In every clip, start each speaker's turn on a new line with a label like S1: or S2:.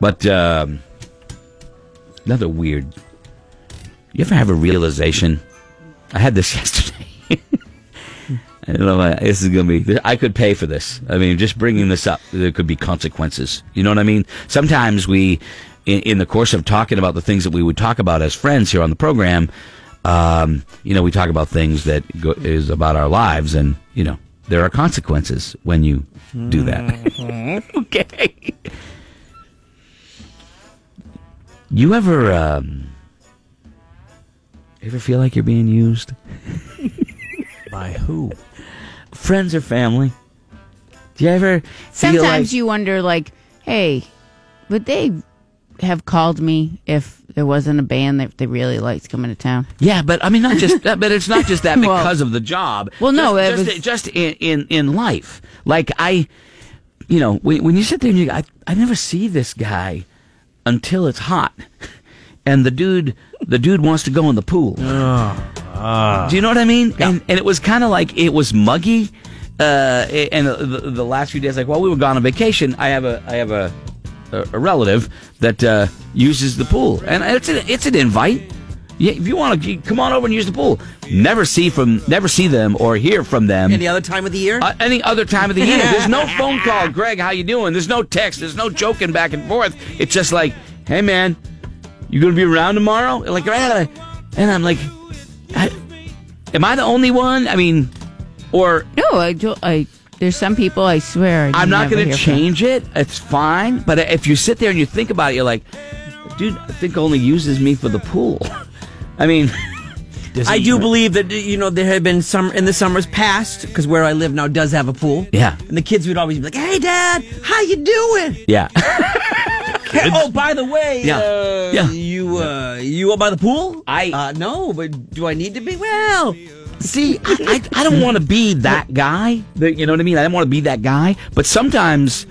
S1: But um, another weird. You ever have a realization? I had this yesterday. I don't know. why- This is gonna be. I could pay for this. I mean, just bringing this up, there could be consequences. You know what I mean? Sometimes we, in, in the course of talking about the things that we would talk about as friends here on the program, um, you know, we talk about things that go, is about our lives, and you know, there are consequences when you do that.
S2: Mm-hmm.
S1: okay. You ever, um, ever feel like you're being used?
S3: By who?
S1: friends or family? Do you ever
S2: Sometimes
S1: feel like,
S2: you wonder, like, hey, would they have called me if there wasn't a band that they really liked coming to town?
S1: Yeah, but I mean, not just that, but it's not just that
S2: Well-
S1: because of the job.
S2: Well,
S1: just,
S2: no, it
S1: just,
S2: was-
S1: just in, in in life. Like I, you know, when, when you sit there and you, I, I never see this guy until it's hot, and the dude, the dude wants to go in the pool. Do you know what I mean? And and it was kind of like it was muggy. Uh, and the, the, the last few days, like while we were gone on vacation, I have a I have a a, a relative that uh, uses the pool, and it's an it's an invite. Yeah, if you want to come on over and use the pool, never see from never see them or hear from them.
S3: Any other time of the year?
S1: Uh, any other time of the year. There's no phone call, Greg. How you doing? There's no text. There's no joking back and forth. It's just like, hey man, you gonna be around tomorrow? Like, "Yeah." and I'm like, I- am I the only one? I mean, or
S2: No, I do. I there's some people I swear I
S1: I'm not
S2: never
S1: going to
S2: hear from.
S1: change it. It's fine. But if you sit there and you think about it, you're like, dude, I think only uses me for the pool. I mean,
S3: I do believe that you know there have been some in the summers past because where I live now does have a pool.
S1: Yeah.
S3: and the kids would always be like, "Hey, Dad, how you doing?
S1: yeah,
S3: Hey, oh, by the way,
S1: Yeah.
S3: uh,
S1: Yeah.
S3: you uh, you up by the pool?
S1: I-
S3: uh, no, but do I need to be? Well,
S1: See, I, I, I don't want to be that guy. The- You know what I mean? I don't want to be that guy. But sometimes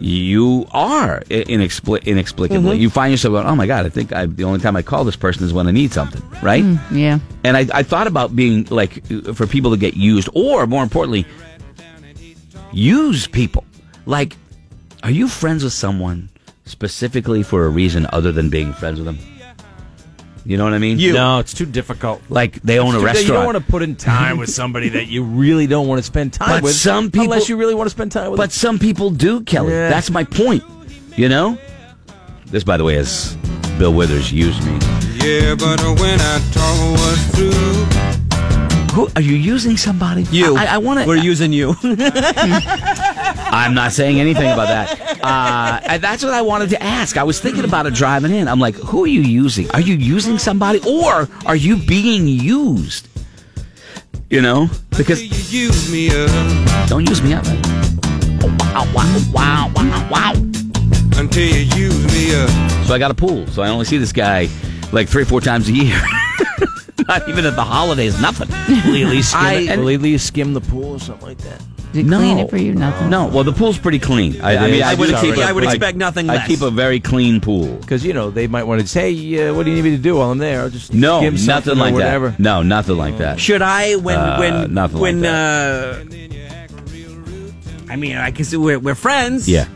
S1: you are i- inexpli- inexplicably.
S2: Mm-hmm.
S1: You find yourself going, oh my God, I think I, the only time I call this person is when I need something,
S2: Mm.
S1: right?
S2: Yeah.
S1: And I, I thought about being like, uh, for people to get used, or more importantly, use people. Like, are you friends with someone specifically for a reason other than being friends with them? You know what I mean?
S4: No, it's too difficult.
S1: Like, they own a
S4: It's too-
S1: restaurant.
S4: You don't want to put in time with somebody that you really don't want to spend time
S1: But
S4: with.
S1: some people-
S4: unless you really want to spend time with.
S1: But some people do, Kelly.
S4: Yeah.
S1: That's my point. You know? This, by the way, is Bill Withers used me.
S5: Yeah, but when I talk was through,
S1: Who are you using somebody? I, I, I want to.
S3: We're using you.
S1: I'm not saying anything about that. Uh, and that's what I wanted to ask. I was thinking about it driving in. I'm like, who are you using? Are you using somebody, or are you being used? You know, because
S5: you use me up,
S1: don't use me up. Wow, wow, wow, wow, wow.
S5: until you use me up.
S1: So I got a pool. So I only see this guy like three or four times a year. Not even at the holidays, nothing.
S4: Lily skim,
S1: I-
S4: it-
S1: and-
S4: Lily skim the pool or something like that.
S2: Did it
S1: No.
S2: clean it for you? Nothing.
S1: No, well, the pool's pretty clean. I, I mean, I would,
S4: Sorry.
S1: keep
S4: I would
S3: expect nothing
S1: I
S3: less.
S1: keep a very clean pool.
S4: Because you know they might want to say, "Hey, uh, what do you need me to do while I'm there?" I'll just
S1: No,
S4: skim something
S1: nothing
S4: or
S1: like
S4: whatever.
S1: that. No, nothing like that.
S3: Should I when
S1: Uh,
S3: when
S1: nothing like
S3: when uh I mean I guess we're we're friends.
S1: Yeah.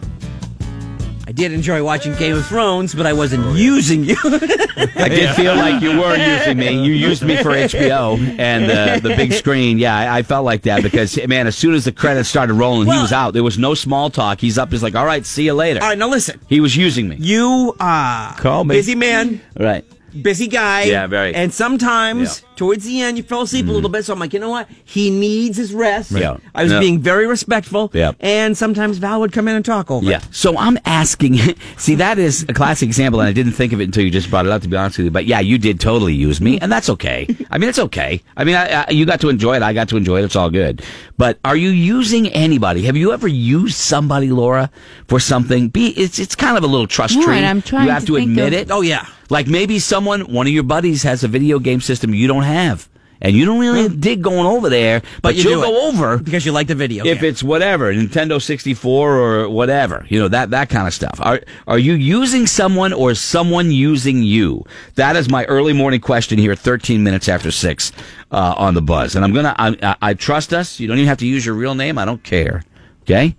S3: I did enjoy watching Game of Thrones, but I wasn't
S1: Oh,
S3: using you.
S1: I did feel like you were using me. You used me for HBO and uh, the big screen. Yeah, I, I felt like that because, man, as soon as the credits started rolling, he
S3: Well-
S1: was out. There was no small talk. He's up. He's like, all right, see you later.
S3: All right, now listen.
S1: He was using me.
S3: You uh
S4: Call me.
S3: busy man,
S1: Right.
S3: busy guy.
S1: Yeah, very.
S3: And sometimes
S1: Yeah.
S3: towards the end you fell asleep a little bit, so I'm like, you know what? He needs his rest.
S1: Right. Yeah.
S3: I was
S1: Yeah.
S3: being very respectful.
S1: Yeah.
S3: And sometimes Val would come in and talk over.
S1: Yeah.
S3: it.
S1: So I'm asking. See, that is a classic example, and I didn't think of it until you just brought it up. To be honest with you, but yeah, you did totally use me, and that's okay. I mean, it's okay. I mean, I, I, you got to enjoy it. I got to enjoy it. It's all good. But are you using anybody? Have you ever used somebody, Laura, for something? Be it's it's kind of a little trust
S2: No, and
S1: tree.
S2: I'm trying
S1: you have to,
S2: to think
S1: admit
S2: of-
S1: it.
S3: Oh yeah.
S1: Like maybe someone, one of your buddies, has a video game system you don't have, and you don't really dig going over there, but,
S3: you
S1: you'll
S3: do it.
S1: go over
S3: Because you like the video.
S1: if
S3: game.
S1: it's whatever Nintendo 64 or whatever, you know that that kind of stuff. Are are you using someone or is someone using you? That is my early morning question here, 13 minutes after six uh, on the buzz. And I'm gonna I, I, I trust us. You don't even have to use your real name. I don't care. Okay,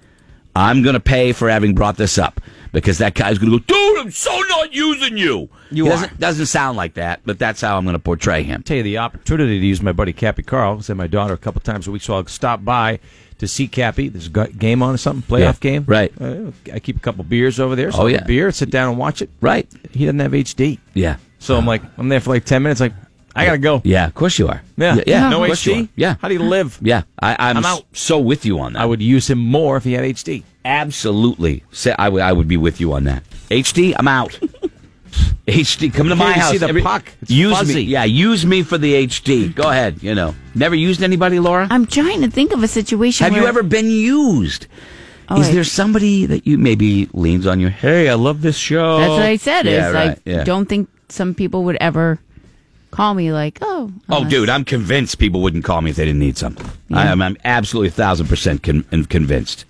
S1: I'm gonna pay for having brought this up because that guy's going to go, dude, I'm so not using you.
S3: You
S1: He
S3: are.
S1: Doesn't, doesn't sound like that, but that's how I'm going to portray him.
S4: tell you the opportunity to use my buddy Cappy Carl. I my daughter a couple times a week, so I'll stop by to see Cappy. There's a gu- game on or something, playoff
S1: Yeah,
S4: game.
S1: right.
S4: Uh, I keep a couple beers over there.
S1: Oh,
S4: So I'll have
S1: yeah.
S4: a beer, sit down and watch it.
S1: Right.
S4: He doesn't have HD.
S1: Yeah.
S4: So I'm like, I'm there for like 10 minutes, like, I gotta go.
S1: Yeah, of course you are.
S4: Yeah.
S1: Yeah. yeah
S4: No
S1: of course you
S4: HD?
S1: are. Yeah.
S4: How do you live?
S1: Yeah. I, I'm,
S4: I'm out.
S1: so with you on that.
S4: I would use him more if he had HD.
S1: absolutely say I would I would be with you on that. HD, I'm out. HD, come to
S4: Can't
S1: my
S4: even
S1: house.
S4: see the puck. It's
S1: use me,
S4: fuzzy.
S1: yeah, use me for the HD. Go ahead. You know, never used anybody, Laura.
S2: I'm trying to think of a situation.
S1: Have you
S2: where-
S1: ever been used?
S2: Oh,
S1: Is
S2: I-
S1: there somebody that you maybe leans on you? Hey, I love this show.
S2: That's what I said.
S1: Oh, Yeah,
S2: is
S1: right,
S2: I
S1: yeah.
S2: don't think some people would ever call me like, oh,
S1: Oh,
S2: unless-
S1: dude, I'm convinced people wouldn't call me if they didn't need something. I
S2: Yeah.
S1: am, I'm absolutely thousand percent con- convinced.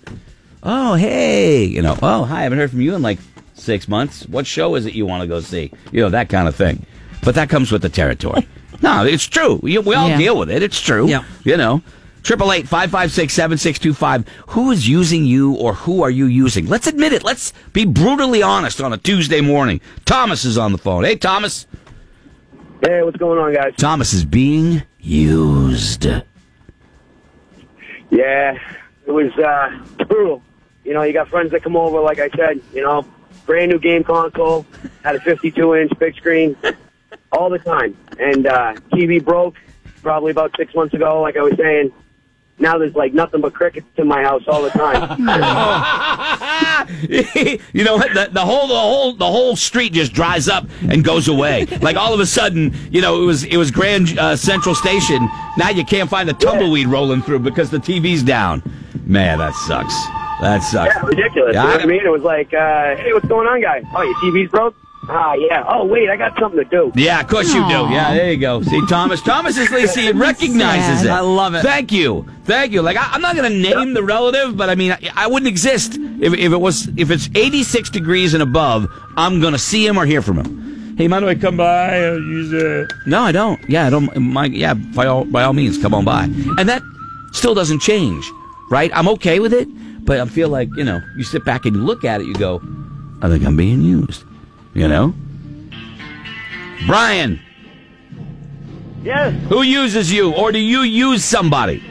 S1: Oh, hey, you know, oh, hi, I haven't heard from you in like six months. What show is it you want to go see? You know, that kind of thing. But that comes with the territory. no, it's true. We, we all
S2: Yeah.
S1: deal with it. It's true.
S3: Yeah.
S1: You know, triple eight five five six seven six two five. Who is using you, or who are you using? Let's admit it. Let's be brutally honest on a Tuesday morning. Thomas is on the phone. Hey, Thomas.
S6: Hey, what's going on, guys?
S1: Thomas is being used.
S6: Yeah, it was uh, brutal. You know, you got friends that come over, like I said, you know, brand new game console, had a 52 inch big screen all the time. And uh, TV broke probably about six months ago, like I was saying. Now there's like nothing but crickets in my house all the time.
S1: you know what? The, the whole the whole the whole street just dries up and goes away. like all of a sudden, you know, it was it was Grand uh, Central Station. Now you can't find a tumbleweed rolling through because the TV's down. Man, that sucks. That sucks.
S6: yeah, ridiculous.
S1: Yeah,
S6: you know
S1: I-
S6: what I mean? It was like, uh, hey, what's going on, guys? Oh, your TV's broke? Ah, yeah. Oh, wait, I got something to do.
S1: Yeah, of course you do.
S2: Aw.
S1: Yeah, there you go. See, Thomas. Thomas is Lacey and recognizes
S2: Sad.
S1: it.
S3: I love it.
S1: Thank you. Thank you. Like, I, I'm not going to name the relative, but I mean, I, I wouldn't exist if, if it was, if it's 86 degrees and above, I'm going to see him or hear from him. Hey, mind if I come by? I'll use it. No, I don't. Yeah, I don't. My, yeah, by all, by all means, come on by. And that still doesn't change, right? I'm okay with it, but I feel like, you know, you sit back and you look at it, you go, I think I'm being used, you know? Brian.
S6: Yes.
S1: Who uses you, or do you use somebody?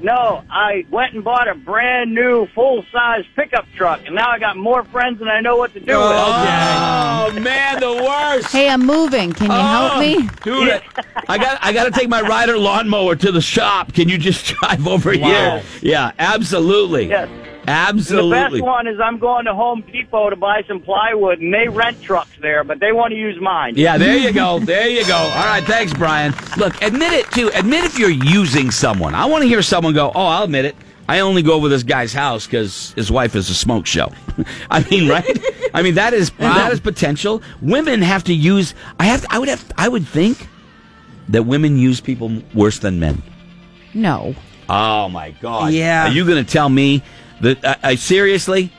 S6: No, I went and bought a brand new full size pickup truck, and now I got more friends than I know what to do
S1: Oh man, the worst.
S2: Hey, I'm moving. Can you
S1: Oh.
S2: help me?
S1: Dude, I- I got I got to take my rider lawnmower to the shop. Can you just drive over here? Yeah, absolutely.
S6: Yes. The
S1: Absolutely.
S6: best one is I'm going to Home Depot to buy some plywood, and they rent trucks there, but they want to use mine.
S1: Yeah, there you go. There you go. All right, thanks, Brian. Look, admit it too. Admit if you're using someone. I want to hear someone go, "Oh, I'll admit it. I only go over this guy's house because his wife is a smoke show." I mean, right? I mean, that is that is potential. Women have to use. I have. I would have. I would think that women use people worse than men.
S2: No.
S1: Oh my God.
S3: Yeah.
S1: Are you going to tell me that? I, I seriously.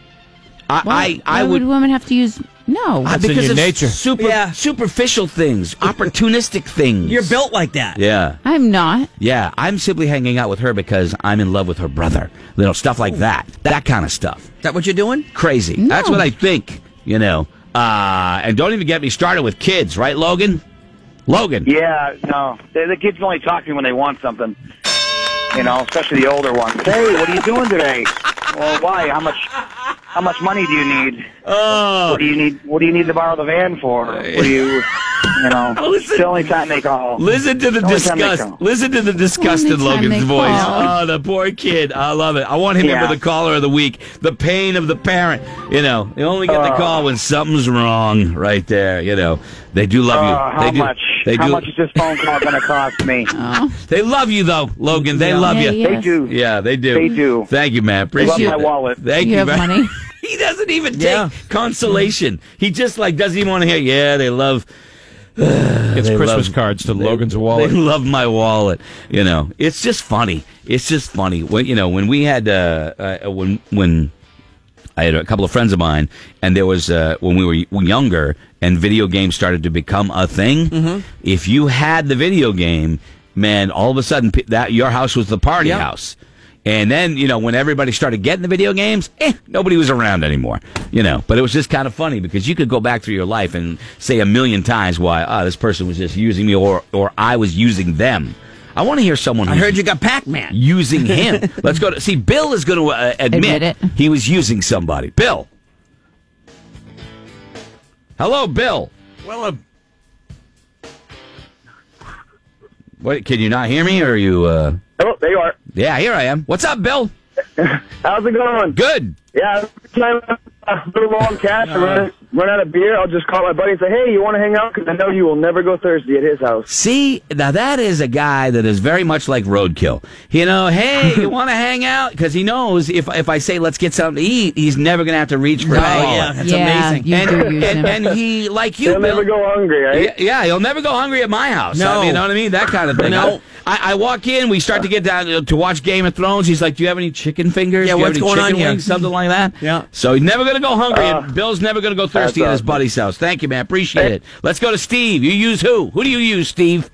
S1: I,
S2: Why,
S1: I, I
S2: why would, women have to use no?
S1: I-
S4: That's in
S1: because
S4: your
S1: of
S4: nature.
S1: Super,
S3: Yeah.
S1: Superficial things, opportunistic things.
S3: You're built like that.
S1: Yeah,
S2: I'm not.
S1: yeah. I'm simply hanging out with her because I'm in love with her brother. You know, stuff like that. That kind of stuff.
S3: Is that what you're doing?
S1: Crazy.
S2: No.
S1: That's what I think. You know. Uh, and don't even get me started with kids, right, Logan? Logan.
S6: Yeah, no. The, the kids only talk to me when they want something. You know, especially the older ones. Hey, what are you doing today? Well, why? How much? How much money do you need? Oh. What do you need? What do you need to borrow the van for? What do you? You know, it's the only time they call.
S1: Listen to the
S6: Only time they
S1: disgust.
S6: call.
S1: Listen to the disgusted
S2: Only time
S1: Logan's
S2: they
S1: voice.
S2: call.
S1: Oh, the poor kid. I love it. I want him
S6: Yeah.
S1: in for the caller of the week. The pain of the parent. You know, you only get the
S6: Oh.
S1: call when something's wrong. Right there. You know, they do love
S6: Uh,
S1: you.
S6: how
S1: they do,
S6: much?
S1: They
S6: how
S1: do.
S6: much is this phone call going to cost me?
S1: They love you though, Logan. They love
S2: Yeah,
S1: you.
S2: yeah.
S6: They do.
S1: Yeah, they do.
S6: They do.
S1: Thank you, man.
S6: love
S1: Appreciate
S6: my
S1: it.
S6: wallet.
S1: Thank
S2: You
S1: you,
S2: have
S1: man.
S2: money?
S1: he doesn't even take
S3: Yeah.
S1: consolation. He just like doesn't even want to hear. Yeah, they love.
S4: Gets
S1: They
S4: Christmas
S1: love-
S4: cards to
S1: they-
S4: Logan's wallet.
S1: They love my wallet. You know, it's just funny. It's just funny. When you know, when we had uh, uh, when when I had a couple of friends of mine, and there was uh, when we were younger, and video games started to become a thing.
S3: Mm-hmm.
S1: If you had the video game, man, all of a sudden pe- that your house was the party
S3: Yeah.
S1: house. And then, you know, when everybody started getting the video games, eh, nobody was around anymore, you know. But it was just kind of funny because you could go back through your life and say a million times why, ah, this person was just using me or, or I was using them. I want to hear someone
S3: I
S1: who's
S3: heard you got Pac Man.
S1: using him. Let's go to, see, Bill is going to uh, admit,
S2: Admit it.
S1: he was using somebody. Bill. Hello, Bill.
S4: Well, uh,
S1: What, can you not hear me or are you, uh,
S6: Oh, there you are.
S1: yeah, here I am. What's up, Bill?
S6: How's it going?
S1: Good.
S6: Yeah, every time I'm a little low on cash or run, run out of beer, I'll just call my buddy and say, hey, you want to hang out? Because I know you will never go Thursday at his house.
S1: See, now that is a guy that is very much like Roadkill. You know, hey, you want to hang out? Because he knows if if I say let's get something to eat, he's never going to have to reach for a dollar.
S3: yeah, that's
S2: yeah,
S3: amazing.
S2: You
S1: And,
S2: do use
S1: and,
S2: him.
S1: and he, like you,
S6: They'll
S1: Bill,
S6: never go hungry, right?
S1: yeah, yeah, he'll never go hungry at my house.
S3: No.
S1: I mean, you know what I mean? That kind of thing.
S3: No.
S1: I, I walk in, we start to get down to, to watch Game of Thrones. He's like, "Do you have any chicken fingers?
S3: Yeah,
S1: Do you have
S3: what's
S1: any
S3: going
S1: chicken
S3: on here?"
S1: wings? Something like that."
S3: Yeah.
S1: So he's never going to go hungry,
S6: Uh,
S1: and Bill's never going to go thirsty
S6: that's
S1: at his
S6: awesome.
S1: buddy's house. Thank you, man. Appreciate it. Let's go to Steve. You use who? Who do you use, Steve?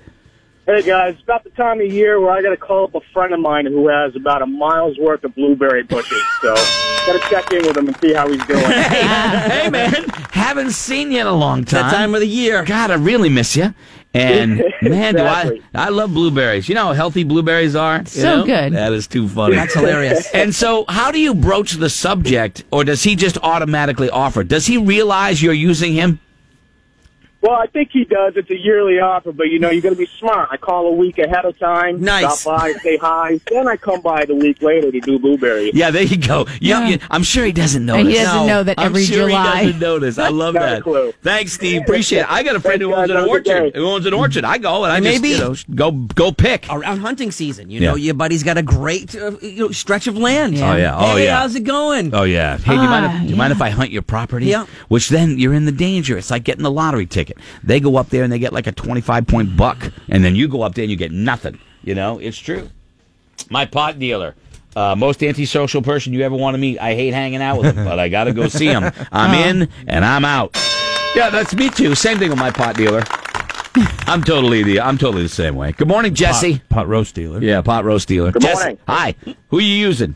S6: Hey guys, it's about the time of year where I got to call up a friend of mine who has about a mile's worth of blueberry bushes. So, got to check in with him and see how he's doing.
S1: hey man, haven't seen you in a long time.
S3: That time of the year.
S1: God, I really miss you. And man,
S6: Exactly.
S1: do I? I love blueberries. You know how healthy blueberries are. You
S2: So
S1: know?
S2: good.
S1: That is too funny.
S3: That's hilarious.
S1: and so, how do you broach the subject, or does he just automatically offer? Does he realize you're using him?
S6: well, I think he does. It's a yearly offer, but you know, you got to be smart. I call a week ahead of time,
S3: Nice.
S6: stop by, say hi, then I come by the week later to do blueberries.
S1: Yeah, there you go. Yeah,
S2: Yeah.
S1: yeah, I'm sure he doesn't notice.
S2: And he doesn't
S3: No,
S2: know that
S1: I'm
S2: every
S1: sure
S2: July.
S1: he doesn't notice. I love
S6: Not a
S1: that.
S6: clue.
S1: Thanks, Steve. Appreciate it. I got a friend who owns
S6: Thanks,
S1: an
S6: guys. Have a good
S1: orchard.
S6: day.
S1: Who owns an orchard? I go and I just
S3: Maybe.
S1: you know, go go pick.
S3: Around hunting season, you
S1: Yeah.
S3: know, your buddy's got a great uh, you know, stretch of land.
S2: Yeah. Oh,
S1: yeah. Oh,
S3: hey,
S1: yeah.
S3: how's it going?
S1: Oh yeah. Hey, do you mind? If,
S2: Ah,
S1: do you mind if I hunt your property?
S3: Yeah.
S1: Which then you're in the danger. It's like getting the lottery ticket. They go up there and they get like a 25 point buck, and then you go up there and you get nothing. You know, it's true. My pot dealer. Uh, most antisocial person you ever want to meet. I hate hanging out with him, but I gotta go see him. I'm in and I'm out. Yeah, that's me too. Same thing with my pot dealer. I'm totally the I'm totally the same way. Good morning, Jesse.
S4: pot, pot roast dealer.
S1: Yeah, pot roast dealer.
S6: Good
S1: Jesse,
S6: morning.
S1: Hi. Who you using?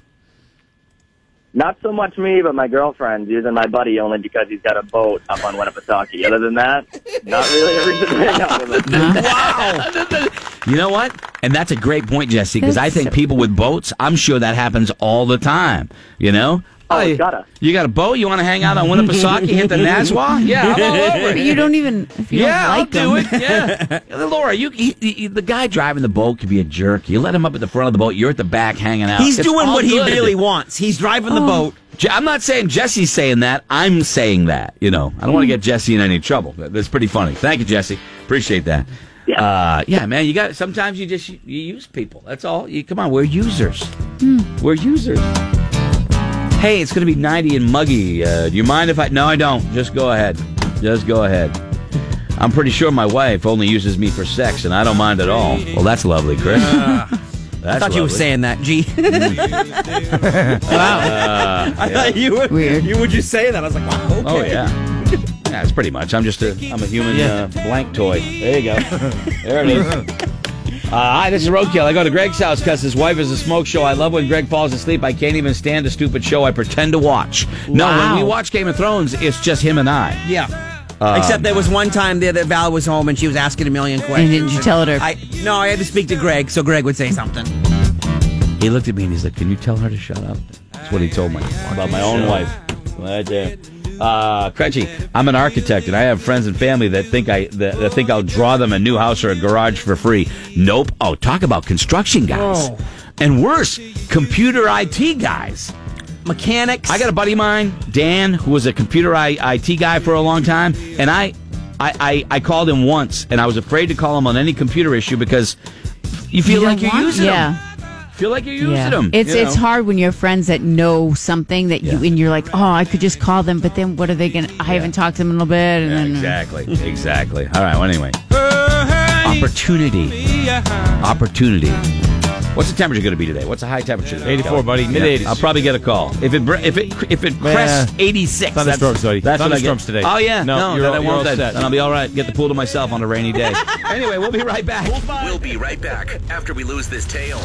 S6: Not so much me, but my girlfriend's using my buddy only because he's got a boat up on Winnipesaukee. Other than that, not really a reason to hang out with him.
S1: Wow. you know what? And that's a great point, Jesse, because I
S2: That's
S1: think
S2: so-
S1: people with boats, I'm sure that happens all the time. You know?
S6: Oh,
S1: you,
S6: it's gotta.
S1: you got a boat? You want to hang out on Winnipesaukee, hit the Nazwa? Yeah, I'm all over
S2: but
S1: it.
S2: you don't even. If you
S1: yeah,
S2: don't like
S1: I'll
S2: them,
S1: do it. Yeah, Laura, you he, he- the guy driving the boat could be a jerk. You let him up at the front of the boat. You're at the back hanging out.
S3: He's
S1: It's
S3: doing
S1: all
S3: what he
S1: good. Oh.
S3: really wants. He's driving the boat.
S1: Je- I'm not saying Jesse's saying that. I'm saying that. You know, I don't want to get Jesse in any trouble. That- That's pretty funny. Thank you, Jesse. Appreciate that. Yeah, uh, yeah, man. You got. Sometimes you just you use people. That's all. You come on. We're users. We're users. Hey, it's going to be 90 and muggy. Uh, do you mind if I? No, I don't. Just go ahead. Just go ahead. I'm pretty sure my wife only uses me for sex, and I don't mind at all. Well, that's lovely, Chris. That's
S3: I thought you were saying that, G. I thought you would.
S2: Weird.
S3: You would just say that. I was like, wow. Okay.
S1: Oh yeah. Yeah, it's pretty much. I'm just a I'm a human uh, blank toy. There you go. there it is. Uh, hi, this is Roadkill. I go to Greg's house because his wife is a smoke show. I love when Greg falls asleep. I can't even stand a stupid show I pretend to watch. No,
S2: Wow.
S1: when we watch Game of Thrones, it's just him and I.
S3: Yeah.
S1: Um,
S3: Except there was one time there that Val was home and she was asking a million questions.
S2: didn't you tell her to-
S3: I no, I had to speak to Greg, so Greg would say something.
S1: He looked at me and he's like, "Can you tell her to shut up?" That's what he told me about my own wife. Right there. Uh, Crunchy, I'm an architect and I have friends and family that think I that, that think I'll draw them a new house or a garage for free. Nope. Oh, talk about construction guys.
S3: Whoa.
S1: And worse, computer IT guys.
S3: Mechanics.
S1: I got a buddy of mine, Dan, who was a computer I- IT guy for a long time, and I, I, I, I called him once, and I was afraid to call him on any computer issue because you feel
S2: You
S1: like
S2: don't
S1: you're
S2: want-
S1: using
S2: yeah.
S1: him. Feel like you're using
S2: Yeah.
S1: him.
S2: It's
S1: you
S2: it's
S1: know?
S2: hard when you have friends that know something that you
S1: Yeah.
S2: and you're like, oh, I could just call them, but then what are they gonna? I haven't talked to them in a little bit, and
S1: Yeah,
S2: then
S1: exactly. Exactly. All right. Well, anyway, opportunity. Opportunity. What's the temperature going to be today? What's the high temperature? today,
S4: 84,
S1: Kelly?
S4: buddy.
S1: Yeah,
S4: Mid-eighties.
S1: I'll probably get a call if it br- if it if it
S4: Yeah.
S1: crests 86. that's-
S4: Thunderstorms, buddy.
S1: That's what I
S4: Thunderstorms
S1: get.
S4: today.
S1: Oh yeah.
S4: No,
S1: No,
S4: you're
S1: then
S4: all-
S1: I
S4: you're all
S1: won't then,
S4: set.
S1: and I'll be all right. Get the pool to myself on a rainy day. anyway, we'll be right back.
S7: We'll be right back after we lose this tail.